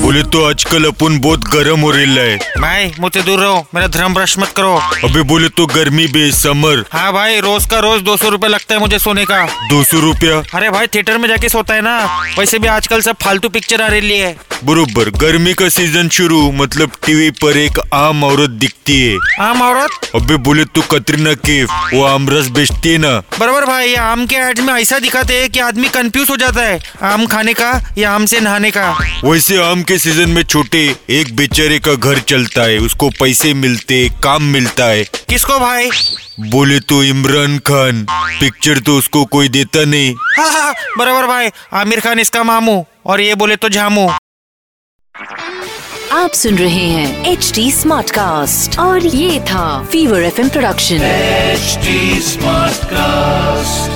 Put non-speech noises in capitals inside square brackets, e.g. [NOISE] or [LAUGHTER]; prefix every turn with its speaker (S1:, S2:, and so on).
S1: बोले तो आजकल अपन बहुत गरम हो रहा है
S2: भाई मुझसे दूर रहो मेरा धर्म भ्रष्ट मत करो
S1: अभी बोले तो गर्मी बे समर
S2: हाँ भाई रोज का रोज दो सौ रूपए लगता है मुझे सोने का
S1: दो सौ रुपया
S2: अरे भाई थिएटर में जाके सोता है ना वैसे भी आजकल सब फालतू पिक्चर आ रही है
S1: बरोबर गर्मी का सीजन शुरू मतलब टीवी पर एक आम औरत दिखती है
S2: आम औरत
S1: अबे बोले तो कतरीना कैफ वो आम रस बेचती है ना
S2: बरोबर भाई ये आम के एड में ऐसा दिखाते हैं कि आदमी कंफ्यूज हो जाता है आम खाने का या आम से नहाने का
S1: वैसे आम के सीजन में छोटे एक बेचारे का घर चलता है उसको पैसे मिलते काम मिलता है
S2: किसको भाई [LAUGHS]
S1: बोले तो इमरान खान पिक्चर तो उसको कोई देता नहीं
S2: हाँ हाँ बरोबर भाई आमिर खान इसका मामू और ये बोले तो झामू
S3: आप सुन रहे हैं एच डी स्मार्ट कास्ट और ये था fever F production
S4: HD Smartcast.